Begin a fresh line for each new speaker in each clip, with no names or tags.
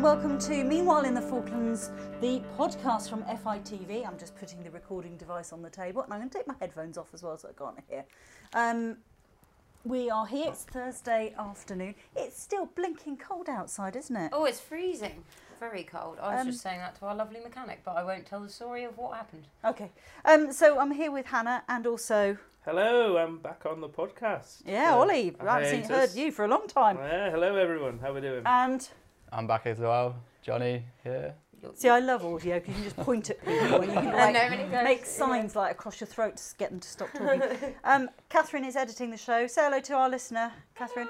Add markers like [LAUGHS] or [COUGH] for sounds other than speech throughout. welcome to Meanwhile in the Falklands, the podcast from FITV. I'm just putting the recording device on the table and I'm going to take my headphones off as well so I can't hear. Um, we are here, it's Thursday afternoon. It's still blinking cold outside, isn't it?
Oh, it's freezing. Very cold. I was
Um,
just saying that to our lovely mechanic, but I won't tell the story of what happened.
Okay, um, so I'm here with Hannah and also,
Hello, I'm back on the podcast.
yeah,
Uh,
Ollie. I haven't seen,
hiatus.
heard you Uh, for a long time.
Yeah, Uh, hello everyone. How we doing?
And
I'm back as well. Johnny here.
see, I love audio because you can just point at people
[LAUGHS]
and you can like,
really
make signs like across your throat to get them to stop talking. um, Catherine is editing the show. Say hello to our listener, Catherine.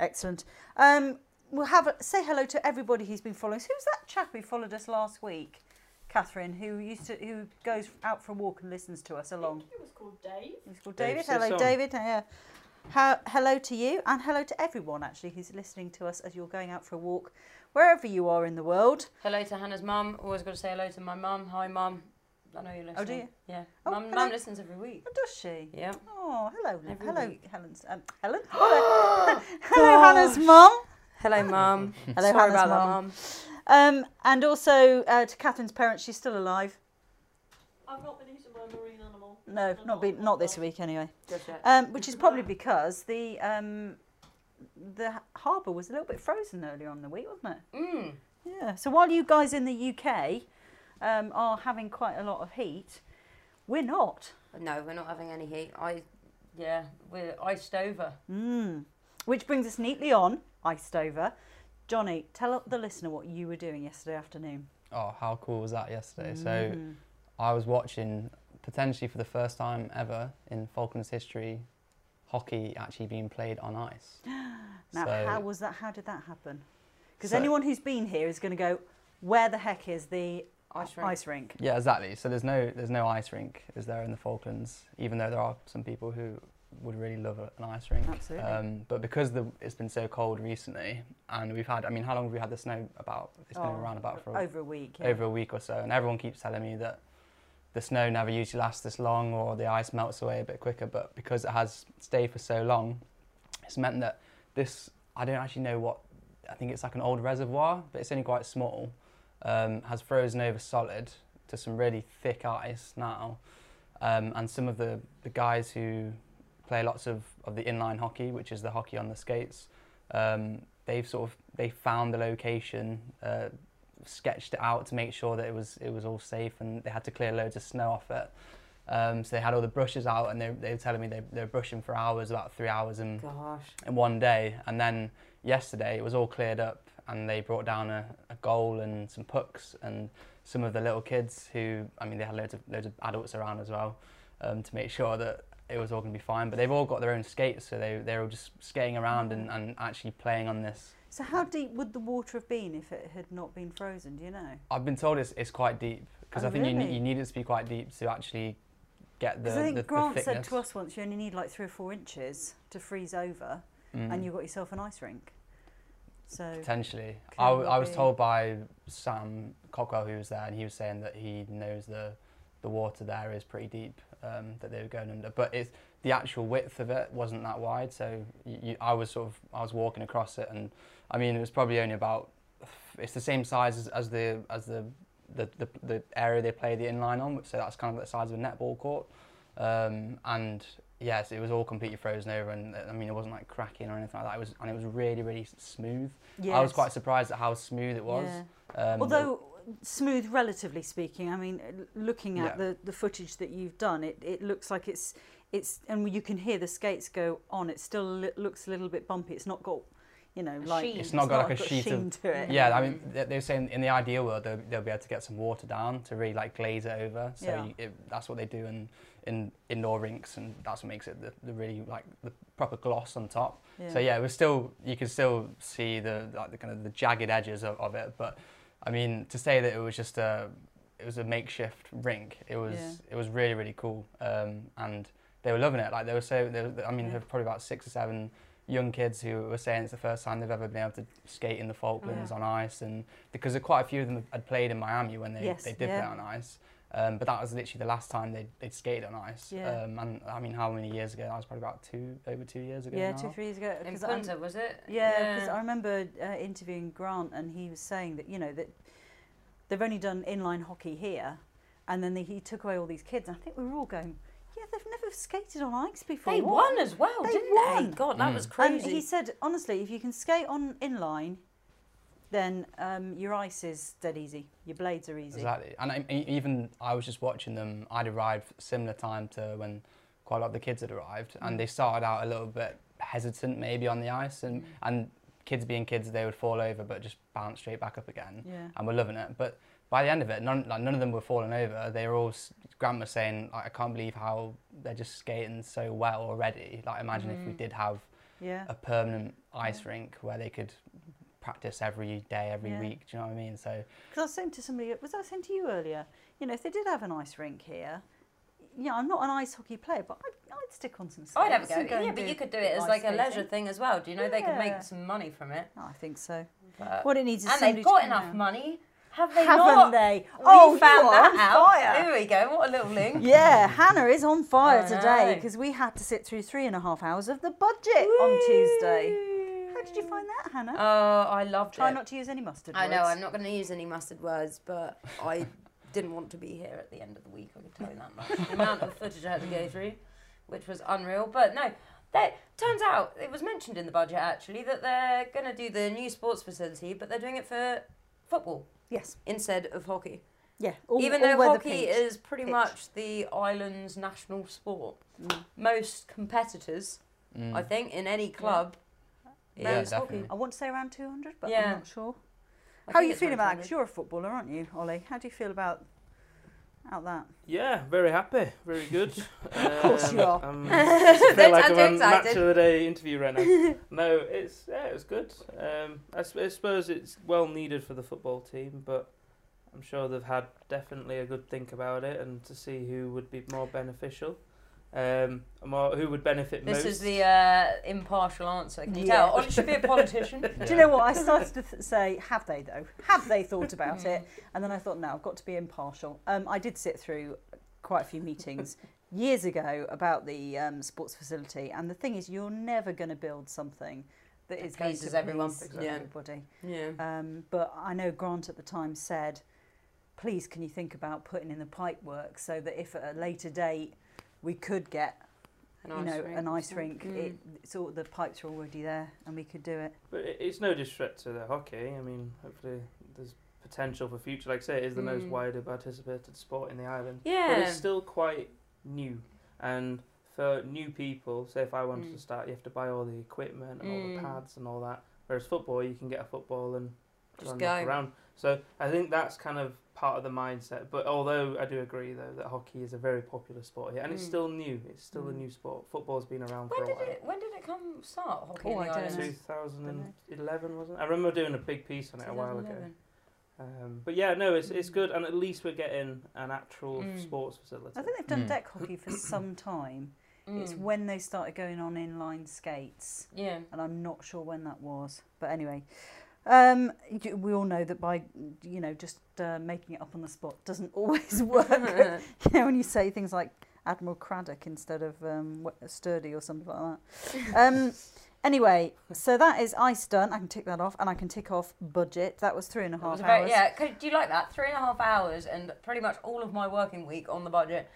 Excellent. Um, we'll have a, say hello to everybody who's been following us. Who's that chap who followed us last week? Catherine, who used to who goes out for a walk and listens to us along.
It was called Dave.
He's called
Dave
David. Hello,
Sisson.
David. Uh, how, hello to you, and hello to everyone actually who's listening to us as you're going out for a walk, wherever you are in the world.
Hello to Hannah's mum. Always got to say hello to my mum. Hi, mum. I know you're listening.
Oh, do you?
Yeah.
Oh,
mum,
hello.
mum listens every week.
What does she?
Yeah.
Oh, hello,
Every
hello,
week.
Helen's, um, Helen. hello, [LAUGHS] Hannah's mum.
[LAUGHS] Hello, mum.
Hello,
Sorry
Hannah's
about that,
mum.
mum.
Um, and also uh, to Catherine's parents, she's still alive.
I've not been eaten by a marine animal.
No,
And
not be,
on
not this
one.
week anyway.
Just yet.
Um, which is probably because the um, the harbour was a little bit frozen earlier on in the week, wasn't it?
Mm.
Yeah. So while you guys in the UK um, are having quite a lot of heat, we're not.
No, we're not having any heat. I, yeah, we're iced over.
Mm. Which brings us neatly on, iced over. Johnny, tell the listener what you were doing yesterday afternoon.
Oh, how cool was that yesterday? So
Mm-hmm.
I was watching potentially for the first time ever in Falklands history hockey actually being played on ice.
[GASPS] Now,
So-
how was that? How did that happen? Because
So-
anyone who's been here is going to go, where the heck is the
Ice rink.
Ice rink?
Yeah, exactly. So there's no there's no ice rink is there in the Falklands, even though there are some people who would really love a- an ice rink.
Absolutely.
Um, but because the, it's been so cold recently, and we've had I mean, how long have we had the snow? About it's been
Oh,
around about for a,
Over a week. yeah.
over a week or so, and everyone keeps telling me that the snow never usually lasts this long or the ice melts away a bit quicker. But because it has stayed for so long, it's meant that this I don't actually know what I think it's like an old reservoir, but it's only quite small, um, has frozen over solid to some really thick ice now. Um, and some of the, the guys who play lots of, of the inline hockey, which is the hockey on the skates, um, they've sort of they found the location, uh, sketched it out to make sure that it was it was all safe, and they had to clear loads of snow off it. Um, so they had all the brushes out, and they, they were telling me they, they were brushing for hours, about three hours, and
Gosh.
in one day. And then yesterday it was all cleared up and they brought down a, a goal and some pucks and some of the little kids who, I mean, they had loads of, loads of adults around as well um, to make sure that it was all going to be fine. But they've all got their own skates, so they, they were just skating around and, and actually playing on this.
So how deep would the water have been if it had not been frozen? Do you know?
I've been told it's, it's quite deep because
Oh,
I think you
really?
you, you need it to be quite deep to actually get the,
Because I think
the, the
Grant said
thickness.
to us once, you only need like three or four inches to freeze over,
Mm.
and you've got yourself an ice rink. So
Potentially.
Could
I, w- I was
be.
told by Sam Cockwell, who was there, and he was saying that he knows the, the water there is pretty deep, um, that they were going under. But it's, the actual width of it wasn't that wide, so you, you, I was sort of I was walking across it, and I mean it was probably only about it's the same size as, as the as the the, the the area they play the inline on, so that's kind of the size of a netball court, um, and yes, it was all completely frozen over, and uh, I mean it wasn't like cracking or anything like that. It was and it was really really s- smooth. I was
yes.
quite surprised at how smooth it was.
Yeah.
Um,
Although smooth, relatively speaking, I mean, l- looking at
Yeah.
the, the footage that you've done, it, it looks like it's it's and you can hear the skates go on. It still li- looks a little bit bumpy. It's not got, you know,
A
like
sheen.
It's not got like a sheet of-
sheen to it.
yeah, I mean, they, they were saying in the ideal world they'll, they'll be able to get some water down to really like glaze it over. So
Yeah.
you, it, that's what they do in, in indoor rinks, and that's what makes it the, the really like the proper gloss on top. So yeah, it was still you could still see the like the kind of the jagged edges of, of it, but I mean to say that it was just a it was a makeshift rink. It was
Yeah.
it was really really cool, um, and they were loving it. Like they were so they were, I mean
Yeah.
there were probably about six or seven young kids who were saying it's the first time they've ever been able to skate in the Falklands on ice, and because quite a few of them had played in Miami when they
Yes,
they did
yeah.
play on ice. Um, but that was literally the last time they'd, they'd skated on ice.
Yeah.
Um, and I mean, how many years ago? That was probably about two, over two years ago.
yeah,
now.
two, three years ago.
In
Uh, 'cause I'm-
Punta, was it?
Yeah, because I remember uh, interviewing Grant, and he was saying that you know that they've only done inline hockey here, and then they, he took away all these kids. And I think we were all going, yeah, they've never skated on ice before.
They
What?"
won as well,
They
didn't
won.
they? God, that
Mm.
was
And
crazy.
he said honestly, if you can skate on inline, then um, your ice is dead easy. Your blades are easy.
Exactly. And I, e- even I was just watching them. I'd arrived similar time to when quite a lot of the kids had arrived,
Mm.
and they started out a little bit hesitant, maybe on the
Mm.
ice, and and kids being kids, they would fall over, but just bounce straight back up again.
Yeah.
And we're loving it, but. By the end of it, none, like, none of them were falling over. They were all, s- Grandma saying, like, I can't believe how they're just skating so well already. Like, imagine if we
Mm.
Mhm.
did have
Yeah.
a permanent ice rink where they could practice every day, every
Yeah.
week. Do you know what I mean? So,
Because I was saying to somebody, was I saying to you earlier? You know, if they did have an ice rink here, yeah, I'm not an ice hockey player, but I'd, I'd stick on some skates.
I'd have a
and
go.
and
Yeah,
do
but you could do it as
ice
like a leisure
skating.
thing as well. Do you know they could
Yeah.
make some money from it?
I think so.
But-
What it needs is
and
somebody
they've
to
got
come
enough
round.
money, have they
haven't
not?
they?
We
oh,
found
you are
that
on
out.
fire.
Here we go. What a little link.
Yeah, Hannah is on fire
I
today
know.
because we had to sit through three and a half hours of the budget on Tuesday. How did you find that, Hannah?
Oh, I loved
Try
it.
not to use any mustard.
I know.
words.
I'm not going to use any mustard words, but
[LAUGHS]
I didn't want to be here at the end of the week. I can tell you that much. The amount of footage I had to go through, which was unreal. But no, that turns out it was mentioned in the budget actually that they're going to do the new sports facility, but they're doing it for football
Yes.
instead of hockey.
Yeah. all-
Even
all
though
weather
hockey
pinch.
is pretty
Pitch.
much the island's national sport,
Mm.
most competitors,
mm.
Hmm.
I think, in any club.
Yeah,
is hockey.
definitely.
I want to say around 200, but
Yeah.
I'm not sure.
I
How are
think
you
it's
feeling
around
about? Because you're a footballer, aren't you, Ollie? How do you feel about about that?
Yeah, very happy, very
[LAUGHS]
good. of
course you are. [LAUGHS]
I'm,
200.
I feel like
I'm
I'm
too
on match
excited.
of the day interview right
[LAUGHS]
now. no, it's yeah, it was good. Um, I, s- I suppose it's well needed for the football team, but I'm sure they've had definitely a good think about it and to see who would be more beneficial, um, more who would benefit
This
most.
is the uh, impartial answer. Can you
Yeah.
tell? Ollie should be a [LAUGHS] politician.
Do you know what? I started to th- say, have they though? Have they thought about
[LAUGHS]
it? And then I thought, no, I've got to be impartial. Um, I did sit through quite a few
[LAUGHS]
meetings years ago about the um, sports facility, and the thing is, you're never going to build something that
That
is going to
pleases everyone.
please
Exactly. Yeah.
everybody.
Mm. yeah.
Um, but I know Grant at the time said, please can you think about putting in the pipe work so that if at a later date we could get you know an ice rink,
Mm.
it, so the pipes are already there and we could do it.
But it- it's no disrespect to the hockey. I mean, hopefully there's potential for future. Like I say, it is the most
Mm.
widely participated sport in the island. But
Yeah.
it's still quite new. And for new people, say if I wanted
Mm.
to start, you have to buy all the equipment and all
Mm.
the pads and all that. Whereas football, you can get a football and
Just
run knock
go.
around. So I think that's kind of part of the mindset. But although I do agree, though, that hockey is a very popular sport here. And it's
Mm.
still new. It's still a
Mm.
new sport. Football's been around
when
for a
did
while.
it? When did it come start? Hockey
Oh,
in the
I don't
islands?
know.
2011 wasn't it? I remember doing a big piece on it a while ago.
2011.
Um, but yeah, no, it's it's
Mm.
good, and at least we're getting an actual
Mm.
sports facility.
I think they've done
Mm.
deck hockey for some time. It's
Mm.
when they started going on inline skates,
yeah. [LAUGHS]
and I'm not sure when that was. But anyway, um, you- we all know that by you know just uh, making it up on the spot doesn't [LAUGHS] always [LAUGHS]
[LAUGHS]
work. you know, when you say things like Admiral Craddock instead of um, Wet- Sturdy or something like
[LAUGHS]
that. Um, anyway, so that is ice done. I can tick that off, and I can tick off budget. That was three and a
It
half
was about,
hours.
yeah, 'cause do you like that? Three and a half hours and pretty much all of my working week on the budget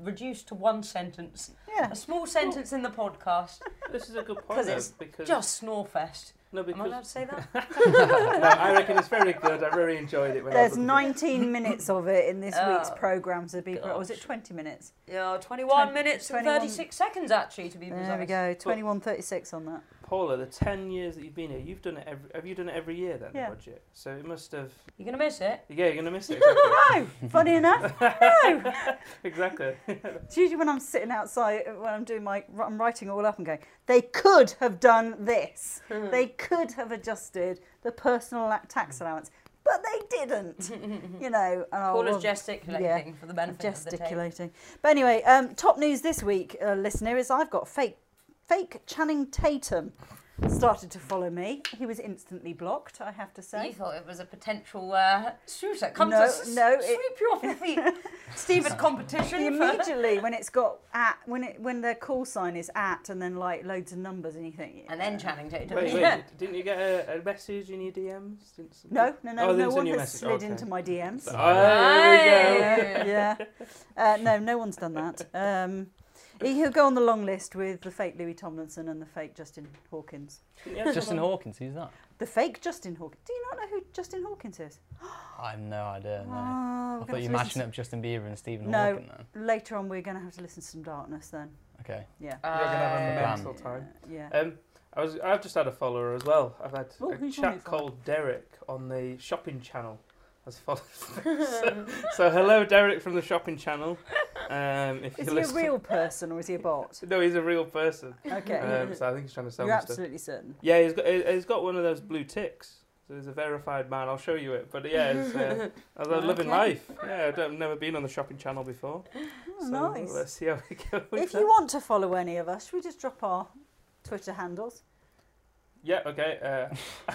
reduced to one sentence.
yeah.
A small sentence in the podcast.
this is a good
[LAUGHS]
point
'Cause
though,
it's
because
Just snorefest.
no,
Am I allowed
because
to say that?
[LAUGHS] no, I reckon it's very good. I really enjoyed it. When
There's
I was
19 minutes of it in this week's
Oh,
programme, so be or was it
gosh.
20 minutes?
[LAUGHS] Yeah, 21
Twen-
minutes
21
and 36 seconds actually to be precise.
There we go, 21.36 on that.
Paula, the ten years that you've been here, you've done it. Every, have you done it every year then?
Yeah.
The budget. So it must have.
You're going to
[LAUGHS]
miss it.
Yeah, you're gonna miss it.
Oh,
No, funny enough,
[LAUGHS]
no.
Exactly. exactly.
It's usually when I'm sitting outside, uh, when I'm doing my, I'm writing it all up and going, they could have done this.
Hmm.
They could have adjusted the personal la- tax allowance, but they didn't.
Hmm.
You know, and I'll-
Paula's
I'll-
gesticulating for the benefit of the
gesticulating. But anyway, um, top news this week, uh, listener, is I've got fake, fake Channing Tatum started to follow me. He was instantly blocked, I have to
You
say.
thought it was a potential uh, shooter. Come
No,
to s-
no, it-
sweep you off
[LAUGHS]
your feet. Steve at competition. for-
Immediately when it's got at when it when the call sign is at and then like loads of numbers and you think
[LAUGHS] And then Channing Tatum. [LAUGHS] Uh,
Wait, wait,
Yeah.
didn't you get a, a message in your DMs? Didn't some-
no no
Oh,
no
they
no
send
one
you a
has
message,
slid
okay.
into my DMs.
Oh, there we
Hey.
go.
[LAUGHS] yeah. Uh, no, no one's done that. Um, he- he'll go on the long list with the fake Louis Tomlinson and the fake Justin Hawkins.
Didn't you
[LAUGHS]
have
Justin
someone-
Hawkins, who's that?
The fake Justin Hawkins. Do you not know who Justin Hawkins is?
I have no idea. No.
Oh,
I
we're
thought
gonna
you
have to listen
matching up Justin Bieber and Stephen
No.
Hawking then.
to- Later on, we're going to have to listen to some darkness then.
Okay.
Yeah.
Uh,
You're gonna have a
Uh,
mental time.
Yeah.
Um, I was. I've just had a follower as well. I've had
Oh,
a
who's your new
chap
follower?
called Derek on the shopping channel
[LAUGHS]
as followed. so, so hello, Derek from the shopping channel. Um,
Is
if you
he a
listen-
real person or is he a bot?
[LAUGHS] No, he's a real person.
Okay.
Um, so I think he's trying to sell
You're
me stuff.
absolutely certain.
Yeah, he's got he- he's got one of those blue ticks. So he's a verified man. I'll show you it. But yeah, it's,
[LAUGHS]
uh, I was living
Okay.
life. Yeah, I don't- I've never been on the shopping channel before.
Oh,
so
nice.
Let's see how [LAUGHS] we go. with
If you
that.
want to follow any of us, should we just drop our Twitter handles?
yeah, [LAUGHS]
[LAUGHS]
okay. uh, [LAUGHS]
[LAUGHS]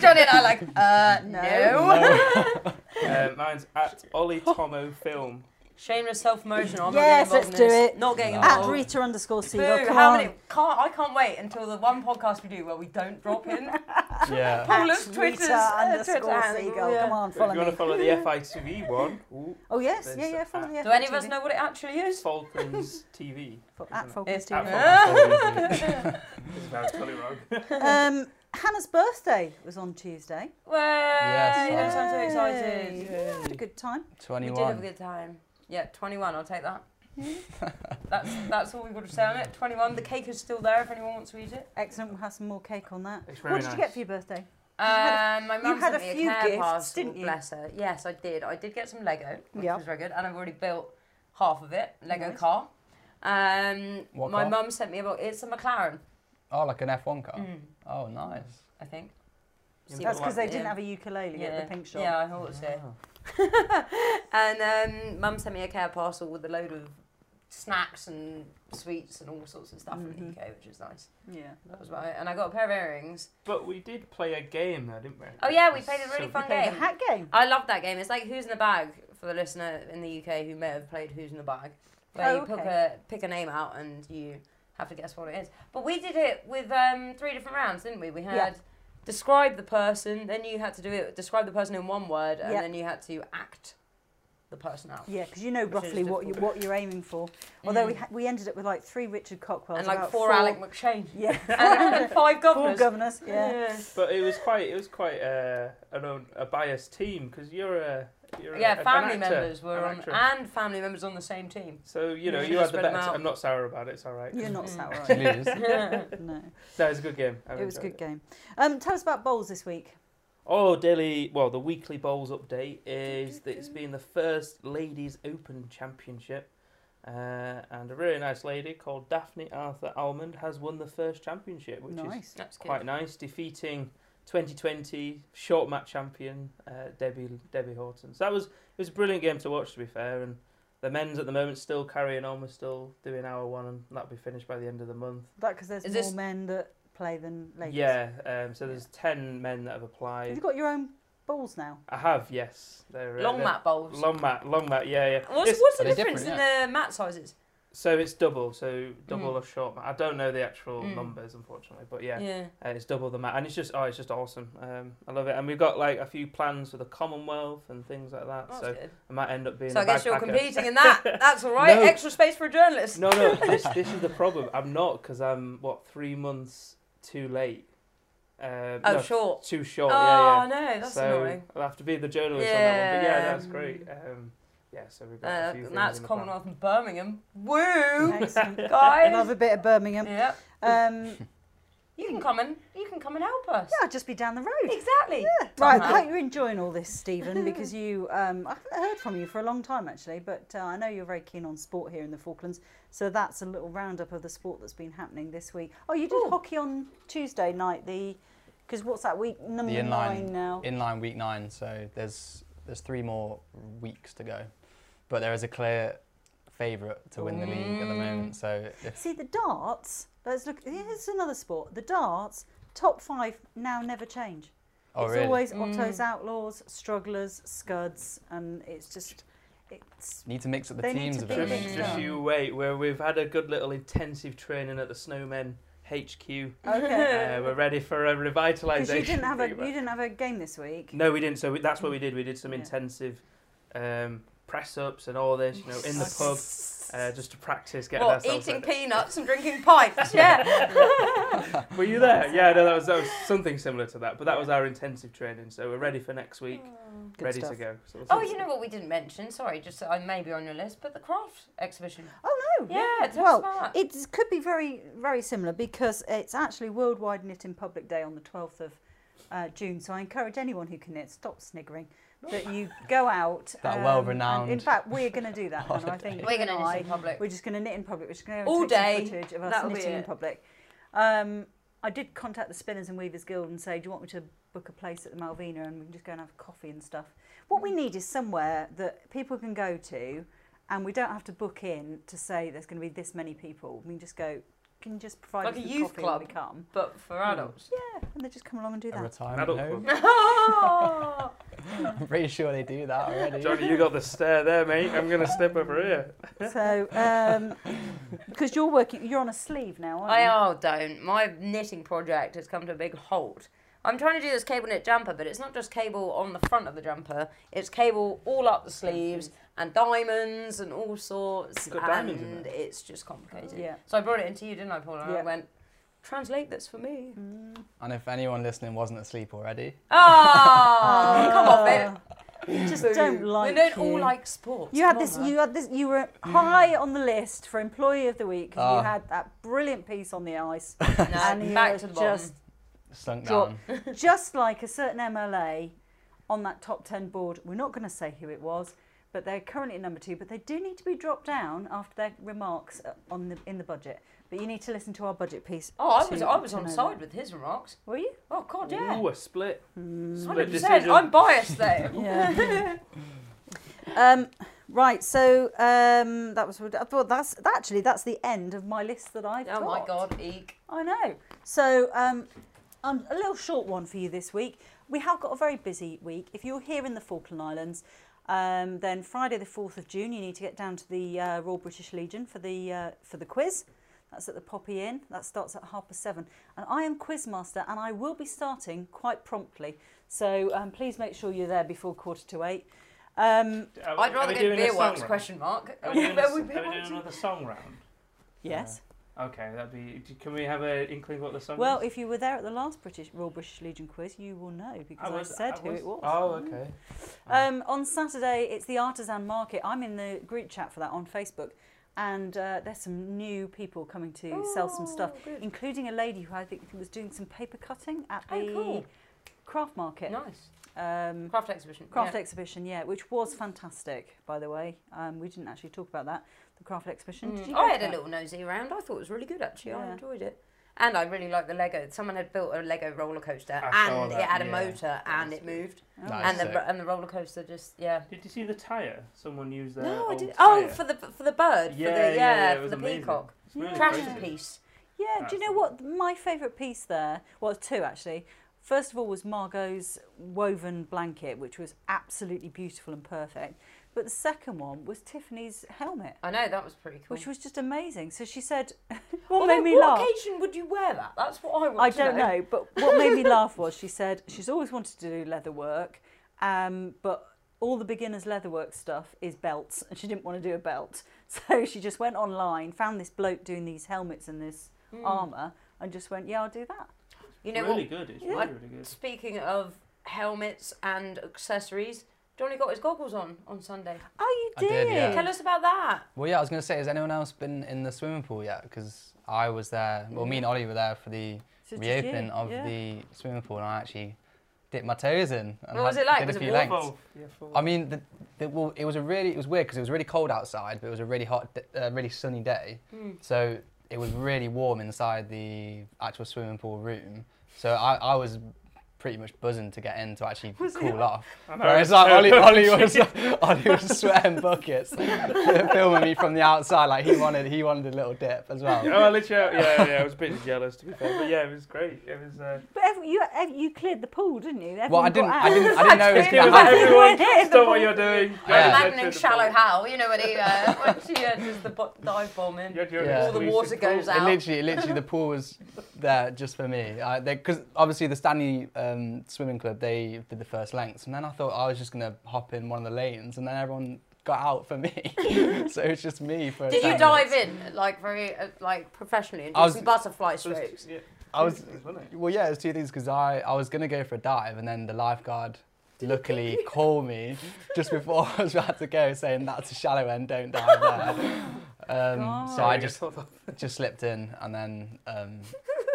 Johnny and I like, uh, no.
Uh, uh, mine's at Ollie Tomo Film.
[LAUGHS] Shameless self promotion. I'm
Yes,
not
let's
getting involved
do
in this.
it.
Not getting
No.
At
involved.
Rita underscore
Boo,
Seagull. Come
how
on.
many? Can't, I can't wait until the one podcast we do where we don't
[LAUGHS]
drop in.
Yeah.
Paul
At
of Twitter's,
Twitter
uh,
underscore
Twitter handle,
Seagull.
yeah.
Come on,
If you
follow
want
me.
to follow the FITV E one, ooh,
Oh yes,
There's
yeah, yeah.
the
Follow
app.
the
Do any of us
FTV.
know what it actually
it's
is?
Falcons
[LAUGHS]
TV.
Fo- At Falcons
It's
TV.
[LAUGHS] It's about totally wrong.
Um, Hannah's birthday was on Tuesday.
Way!
Yes,
I'm so
Yay.
excited.
Yeah, I had a good time.
We did have a
21.
good time. Yeah, 21. I'll take that.
Hmm?
[LAUGHS] that's that's all we would have said on it. 21. The cake is still there if anyone wants to eat it.
Excellent. We'll have some more cake on that.
It's very
What did you get
nice.
for your birthday? had
Um, my
you
mum
had
sent
a
me a
few
care
gifts,
parcel,
didn't you?
Bless her. Yes, I did. I did get some Lego, which
Yeah.
was very good, and I've already built half of it. Lego
Nice.
car. Um,
What
my
car?
mum sent me a box. It's a McLaren,
Oh, like an F1 car.
Mm.
Oh, nice.
[LAUGHS]
I think. [LAUGHS]
Yeah,
See
That's
what-
because they
yeah.
didn't have a ukulele at the pink shop.
Yeah, I thought so. and um, mum sent me a care parcel with a load of snacks and sweets and all sorts of stuff from
Mhm.
the UK, which was nice.
Yeah.
That was right. And I got a pair of earrings.
But we did play a game though, didn't we?
Oh yeah, we played a really
So-
fun
Played
game.
a hat game.
I love that game. It's like Who's in the Bag for the listener in the UK who may have played Who's in the Bag, where
Oh,
you pick a pick a name out and you have to guess what it is. But we did it with um, three different rounds, didn't we? We had.
Yeah.
Describe the person, then you had to do it. Describe the person in one word, and
Yeah.
then you had to act the person out.
Yeah, because you know
Which is
roughly what you
difficult.
what you're aiming for. Although we
Mm.
ha- we ended up with like three Richard Cockwells
and like
about
four, Alec McShane.
[LAUGHS] Yeah.
[LAUGHS]
[LAUGHS]
and five
Four
governors.
governors. Yeah.
But it was quite, it was quite uh, an, un- a biased team because you're a, you're
Yeah,
a, an
family
actor,
members were
an
on,
actress.
and family members on the
[LAUGHS]
same team.
So you know
You
you
just
had the
spread 'em
better.
out.
I'm not sour about it. It's all right.
You're not
Mm.
sour.
To
are you?
lose.
no.
No, it's a good game. I've
It was a good
enjoyed
game. Um, tell us about bowls this week.
Oh, daily. Well, the weekly bowls update is that it's been the first Ladies Open Championship, uh, and a really nice lady called Daphne Arthur Almond has won the first championship, which is
nice.
That's good.
quite nice, defeating 2020 short match champion uh, Debbie Debbie Horton. So that was it was a brilliant game to watch, to be fair. And the men's at the moment still carrying on. We're still doing hour one, and that'll be finished by the end of the month.
That because there's
Is
more
this-
men that play than ladies.
Yeah. Um, so there's ten men that have
Have
applied.
you got your own balls now?
I have, yes. They're, uh,
Long
they're-
mat bowls.
Long mat, long mat, yeah, yeah.
What's,
It's-
what's the
Are they
difference in
different?
the mat sizes?
so it's double, so double
Mm.
or short mat. I don't know the actual
Mm.
numbers, unfortunately, but yeah, Uh, it's double the mat, and it's just oh, it's just awesome. Um, I love it, and we've got like a few plans for the Commonwealth and things like that.
That's
so
good.
I might end up being.
So
a
I guess you're
backpacker.
competing in
[LAUGHS]
that. That's all right.
No.
Extra space for a journalist. [LAUGHS]
No, no, this this is the problem. I'm not because I'm what three months too late. Um,
Oh,
no,
short.
Too short.
oh,
yeah, yeah.
no, that's
so
annoying.
I'll have to be the journalist on that one. But yeah,
Yeah.
that's great. Um, yeah, so we've got
Uh,
a few things.
and that's
in the plan.
Commonwealth and Birmingham. Woo!
Excellent.
[LAUGHS] Guys!
Another bit of
[LAUGHS]
Birmingham.
Yeah.
Um,
You can come and you can come and help us.
yeah, I'll just be down the road.
Exactly.
Right,
Tom
I
Hanks.
hope you're enjoying all this,
[LAUGHS]
Stephen, because you, um, I haven't heard from you for a long time actually, but uh, I know you're very keen on sport here in the Falklands. So that's a little roundup of the sport that's been happening this week. Oh, you did
Ooh.
hockey on Tuesday night, the, because what's that week? Number
inline-
nine now.
Inline week nine, so there's there's three more weeks to go, but there is a clear favourite to win the league at the moment. So if,
See the darts. Let's look. Here's another sport. The darts top five now never change.
oh
it's
really?
always
Mm.
Otto's Outlaws, Strugglers, Scuds, and it's just it's
[LAUGHS]
Need to mix up the
They need
teams
to
a
be
bit.
Just,
Big mixed
maybe.
just
up.
you wait. Where we've had a good little intensive training at the Snowmen HQ.
okay.
Uh, we're ready for a
Because
revitalisation.
you didn't have a
thing,
you
but-
didn't have a game this week.
[LAUGHS] No, we didn't. So we, that's what we did. We did some
Yeah.
intensive um, press ups and all this, you know, in the pub, uh, just to practice getting
What,
ourselves.
eating
ready.
peanuts and drinking
[LAUGHS]
pipes? Yeah.
Were you there? Yeah, no, that was, that was something similar to that. But that was our intensive training. So we're ready for next week.
Good
ready to
stuff.
go. So we'll
Mm. oh,
see.
you know what we didn't mention? Sorry, just I may be on your list, but the craft exhibition.
Oh no.
Yeah, it's
well,
smart.
It is- could be very, very similar because it's actually Worldwide Knit in Public Day on the 12th of uh, June. So I encourage anyone who can knit, stop sniggering, that you go out.
That
um,
well-renowned
and In fact, we're going to do
[LAUGHS]
that. Hannah, I think
We're
you
going
and
to
I,
do in public.
We're just going to knit in public. We're just going to
All
take some
day.
footage of us
That'll be
knitting in
it.
public. Um, I did contact the Spinners and Weavers Guild and say, do you want me to book a place at the Malvina and we can just go and have coffee and stuff. What
Mm.
we need is somewhere that people can go to and we don't have to book in to say there's going to be this many people. We can just go, can you just provide
Like
us
a
with
youth
coffee when we
club.
come?
But for
Hmm. [LAUGHS]
adults.
Yeah, and they just come along and do
A
that.
An
retirement
adult
home.
club.
Oh.
[LAUGHS] I'm pretty sure they
[LAUGHS]
do that
[LAUGHS]
already.
Johnny, you got the stare there, mate. I'm going to step over here.
so, um, because you're working, you're on a sleeve now, aren't you?
I oh don't. My knitting project has come to a big halt. I'm trying to do this cable knit jumper, but it's not just cable on the front of the jumper. It's cable all up the sleeves and diamonds and all sorts.
You've got
and
diamonds in there.
it's just complicated.
Yeah.
So I brought it into you, didn't I, Paula? And
Yeah.
I went, translate this for
[LAUGHS]
me.
Mm.
And if anyone listening wasn't asleep already,
Oh, come on, babe.
Just don't like
we don't all
you.
like sports.
You had
come on,
this.
man.
You had this. You were high on the list for employee of the week. 'cause
Ah.
You had that brilliant piece on the ice,
no,
you
back
were
to the bottom.
just,
sunk
Drop.
down.
just like a certain MLA on that top ten board. We're not going to say who it was, but they're currently at number two. But they do need to be dropped down after their remarks uh, on the in the budget. But you need to listen to our budget piece.
Oh, I
to-
was I was
to
on
know
side
that.
with his remarks.
Were you?
Oh God, yeah.
Ooh, a split. Split
Hmm.
Hundred percent.
decision.
I'm biased
[LAUGHS]
Oh, there.
Yeah. [LAUGHS] um, right. So um, that was. I thought that's actually that's the end of my list that I've
Oh my
got.
God, eek.
I know. So, um, um, a little short one for you this week. We have got a very busy week. If you're here in the Falkland Islands, um, then Friday the 4th of June, you need to get down to the uh, Royal British Legion for the, uh, for the quiz. That's at the Poppy Inn. That starts at half past seven. And I am Quizmaster, and I will be starting quite promptly. So um, please make sure you're there before quarter to eight. Um,
Are-
I'd
are
rather
we
get
doing a
beer
song
works
round?
question mark.
Are we doing,
[LAUGHS]
a-
Where
are we
we
doing
beer works?
another song round?
yes.
Okay, that'd be. d- Can we have a inkling what the song
Well,
is?
if you were there at the last British Royal British Legion quiz, you will know because I, said who it was.
Oh, okay.
Um, on Saturday, it's the Artisan Market. I'm in the group chat for that on Facebook. And uh, there's some new people coming to sell some stuff,
Oh, good.
including a lady who I think was doing some paper cutting at
Oh,
the
cool.
craft market.
Nice.
Um,
Craft exhibition.
craft exhibition, yeah, which was fantastic, by the way. Um, we didn't actually talk about that. The craft exhibition. Did you
Mm. Oh, I
go
had
to
a
that?
little nosy round. I thought it was really good actually. I
Yeah.
enjoyed it. And I really liked the Lego. Someone had built a Lego roller coaster,
I saw
and it
that,
had a
yeah.
motor, and
was
it
good.
moved,
Oh.
Nice.
and the
sick.
and the roller coaster just yeah.
Did you see the tire? Someone used their
No, I
old
did.
tyre.
Oh, for the for the bird, for
yeah,
the yeah,
it
for
was
the
amazing.
peacock.
It's really
Trashy
crazy.
piece.
Yeah, do you know
Absolutely.
what? My favourite piece there, well, two actually. First of all, was Margot's woven blanket, which was absolutely beautiful and perfect. But the second one was Tiffany's helmet,
I know that was pretty cool.
which was just amazing. So she said, [LAUGHS] What
Although,
made me
what
laugh?
occasion would you wear that? That's what I want
I
to
don't know, but what made me laugh was she said she's always wanted to do leather work, um, but all the beginners leatherwork stuff is belts, and she didn't want to do a belt. [LAUGHS] So she just went online, found this bloke doing these helmets and this
Mm. Um,
armour, and just went, Yeah, I'll do that.
Hmm. You know what?
really good. It's
Yeah.
really, really good.
Speaking of helmets and accessories, Johnny got his goggles on on Sunday.
Oh,
I
you
did,
did?
yeah.
Tell us about that.
Well, yeah, I was going to say, has anyone else been in the swimming pool yet? Because I was there, well, me and Ollie were there for the
So did you?
reopening of
Yeah.
the swimming pool, and I actually dipped my toes in. And
What was
had-
it like?
Did
Was
a
it
few
warm?
lengths.
Full. Yeah, full.
I mean, the, the, well, it was a really, it was weird because it was really cold outside, but it was a really hot, d- uh, really sunny day.
Hmm.
So it was really warm inside the actual swimming pool room. So I, I was pretty much buzzing to get in to actually
[LAUGHS] Was it
cool
like-
off.
I know, [LAUGHS]
Whereas
it's
like Ollie,
so-
Ollie was Ollie was sweating buckets, [LAUGHS] filming me from the outside. Like he wanted he wanted a little dip as well.
oh, I literally, yeah, yeah, I was a bit jealous to be fair, but yeah, it was great. It
[LAUGHS]
was. Uh,
But every, you ev- you cleared the pool, didn't you? Everyone
Well, I
got
didn't
out.
I didn't
[LAUGHS]
I didn't know it was
it was
gonna
like,
Yeah.
[LAUGHS]
happen.
everyone,
Yeah.
stop what you're doing.
Yeah.
Magnum shallow hell, you know when he uh, when she uh, does the bo- dive bomb in.
Yeah.
All the water goes
It
out.
literally, literally, the pool was there just for me. Because obviously, the Stanley um, Swimming Club they did the first lengths, and then I thought I was just gonna hop in one of the lanes, and then everyone got out for me. [LAUGHS] so it's just me for.
Did you
10
dive
minutes.
in like very uh, like professionally and do
I was-
some butterfly
So it's-
strokes?
yeah,
I was.
it wasn't it?
Well, yeah, it's two things because I I was gonna go for a dive, and then the lifeguard. Luckily, called me just before [LAUGHS] I was about to go, saying that's a shallow end, don't dive there. Um, so I
Yeah,
just
thought-
just slipped in and then um, [LAUGHS]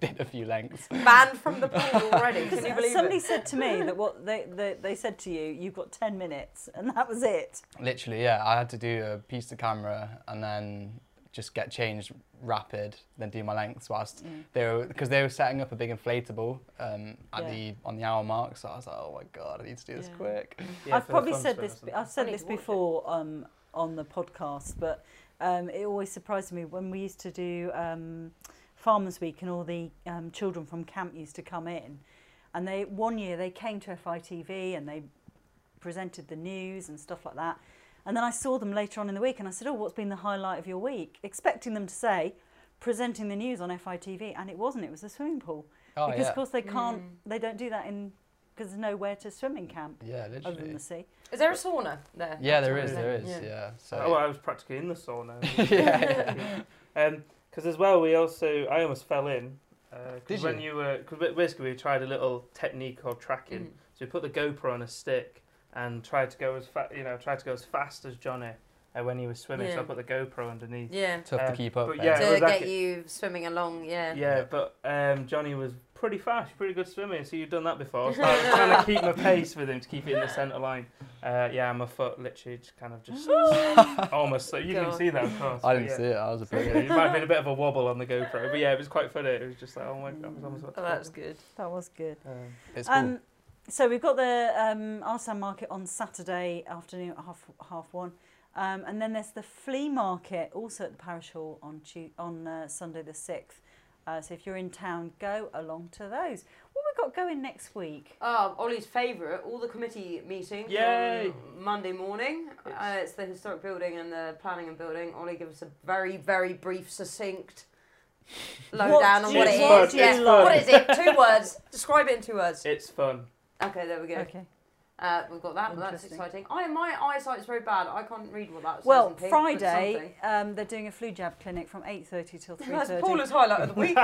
did a few lengths.
Banned from the pool already. [LAUGHS] Can you believe
Somebody
it?
said to me that what they, they they said to you, you've got ten minutes, and that was it.
Literally, yeah. I had to do a piece to camera and then just get changed rapid, then do my lengths whilst
Mm.
they were because they were setting up a big inflatable um, at
Yeah.
the on the hour mark. So I was like, oh my god, I need to do this
Yeah.
quick.
Yeah,
I've
for the
probably
fun
said
stuff,
this.
isn't it?
I've said
need
this
to watch it.
before um, on the podcast, but um, it always surprised me when we used to do um, Farmers Week and all the um, children from camp used to come in, and they one year they came to FITV and they presented the news and stuff like that. And then I saw them later on in the week, and I said, "Oh, what's been the highlight of your week?" Expecting them to say, "Presenting the news on FITV," and it wasn't. It was the swimming pool
Oh
because,
yeah,
of course, they can't.
Mm.
They don't do that in because there's nowhere to swim in camp
yeah,
other than
literally.
the sea.
Is there a sauna there?
Yeah, there
That's
is,
what I
there
said,
is, yeah. so
Oh, well, I was practically in
[LAUGHS]
the
[LAUGHS]
sauna.
Yeah,
because as well, we also I almost fell in. Uh, 'cause
Did
when
you?
you were because basically we tried a little technique called tracking.
Mm.
So we put the GoPro on a stick and tried to go as fa- you know tried to go as fast as Johnny uh, when he was swimming. So
Yeah.
I put the GoPro underneath.
Yeah.
tough to
Um,
keep up.
but
there.
yeah, it
to
was
get
like it-
you swimming along, yeah.
Yeah, but um, Johnny was pretty fast, pretty good swimmer. So you've done that
[LAUGHS]
before. So I was trying to keep my pace with him to keep it in the centre line. Uh, yeah, my foot literally just kind
[LAUGHS]
of just almost. So you didn't
God.
see that, of course.
I
but
didn't
yeah.
see it. I [LAUGHS] was a
So,
bit.
yeah, it might have been a bit of a wobble on the GoPro, but yeah, it was quite funny. It was just like, oh my god, it was almost like
Oh, that's good.
That was good.
Um,
It's cool.
Um, so we've got the um, Arsan market on Saturday afternoon at half half one, um, and then there's the flea market also at the parish hall on tu- on uh, Sunday the sixth. Uh, so if you're in town, go along to those. What we got going next week?
Oh, Ollie's favourite, all the committee meetings
Yay.
on Monday morning. It's, uh,
It's-
it's the historic building and the planning and building. Ollie gives us a very, very brief, succinct lowdown on
do
what
you
it
want?
is.
It's
Yeah,
fun.
what is it? Two words. Describe it in two words.
it's fun.
Okay, there we go.
Okay.
Uh, we've got that. Well, that's
Interesting.
exciting. I my eyesight's very bad. I can't read what that says.
Well,
in pink, but
Friday
something.
um, they're doing a flu jab clinic from eight thirty till three
[LAUGHS] That's
thirty.
Paula's highlight of the [LAUGHS] week.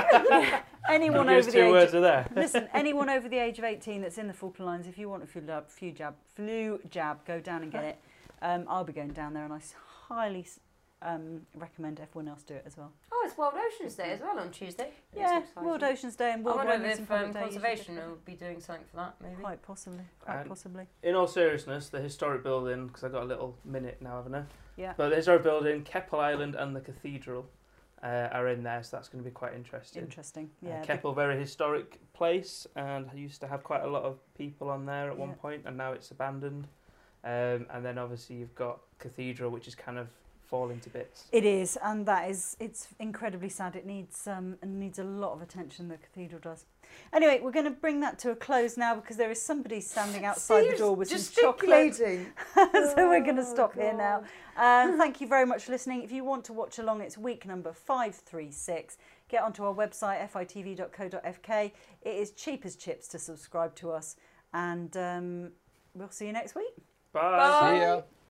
Anyone
Those
over the
two
age
words are there. [LAUGHS]
Listen, anyone over the age of 18 that's in the Falkland Lines, if you want a flu jab, flu jab, flu jab go down and get it. Um, I'll be going down there and I s- highly s- um, recommend everyone else do it as well.
oh, it's World Oceans Day as well on Tuesday.
yeah,
That's exciting.
World Oceans Day and
I
World
wonder
Wellness
if
and
um,
Public Day. you should
conservation
do it.
will be doing something for that, maybe.
Quite possibly, quite
Um,
possibly.
In all seriousness, the historic building, because I've got a little minute now, haven't I?
Yeah.
But the historic building, Keppel Island, and the cathedral uh, are in there, so that's going to be quite interesting.
Interesting.
Uh,
Yeah. the-
Keppel, very historic place, and I used to have quite a lot of people on there at one
Yeah.
point, and now it's abandoned. Um, and then obviously you've got Cathedral, which is kind of falling to bits.
It is, and that is it's incredibly sad. It needs um and needs a lot of attention. The cathedral does. Anyway, we're going to bring that to a close now because there is somebody
[LAUGHS]
standing outside the door with some chocolate. [LAUGHS] so we're going to
Oh,
stop here now. Um, thank you very much for listening. If you want to watch along, it's week number 536. Get onto our website, fitv.co.fk. It is cheap as chips to subscribe to us. And um, we'll see you next week.
Bye.
Bye.
See ya.